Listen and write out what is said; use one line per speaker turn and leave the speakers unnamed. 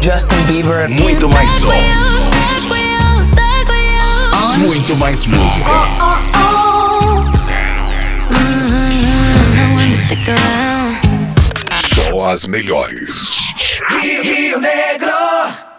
Justin Bieber.
Muito mais som. Muito mais música. Só as melhores.
Rio Negro.